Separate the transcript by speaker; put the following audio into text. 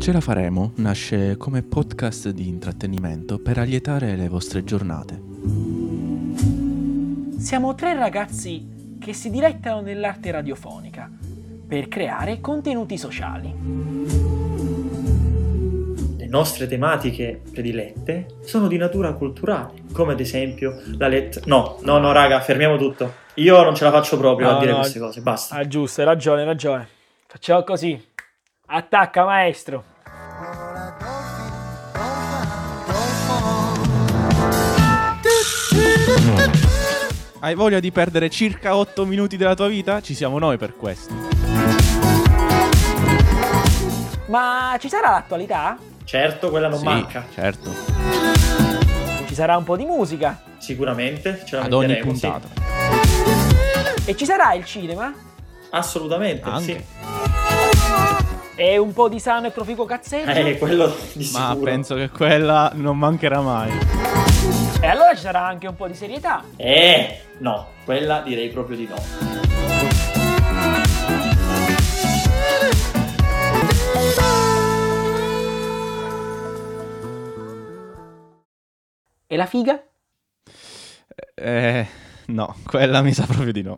Speaker 1: Ce la faremo nasce come podcast di intrattenimento per allietare le vostre giornate.
Speaker 2: Siamo tre ragazzi che si dilettano nell'arte radiofonica per creare contenuti sociali.
Speaker 3: Le nostre tematiche predilette sono di natura culturale, come ad esempio la lettera... No, no, no, raga, fermiamo tutto. Io non ce la faccio proprio
Speaker 2: No,
Speaker 3: a dire
Speaker 2: no,
Speaker 3: queste cose, basta.
Speaker 2: Ah, giusto, hai ragione, hai ragione. Facciamo così. Attacca, maestro.
Speaker 1: Hai voglia di perdere circa 8 minuti della tua vita? Ci siamo noi per questo.
Speaker 2: Ma ci sarà l'attualità?
Speaker 3: Certo, quella non
Speaker 1: Sì,
Speaker 3: manca.
Speaker 1: Certo,
Speaker 2: Ci sarà un po' di musica?
Speaker 3: Sicuramente ce la
Speaker 1: ad ogni
Speaker 3: metteremo, sì.
Speaker 1: puntata.
Speaker 2: E ci sarà il cinema?
Speaker 3: Assolutamente,
Speaker 1: Anche.
Speaker 3: sì.
Speaker 2: E un po' di sano e proficuo cazzeggio?
Speaker 3: Eh, quello di
Speaker 1: Ma
Speaker 3: sicuro.
Speaker 1: penso che quella non mancherà mai.
Speaker 2: E allora ci sarà anche un po' di serietà.
Speaker 3: Eh, no, quella direi proprio di no.
Speaker 2: E la figa?
Speaker 1: Eh, no, quella mi sa proprio di no.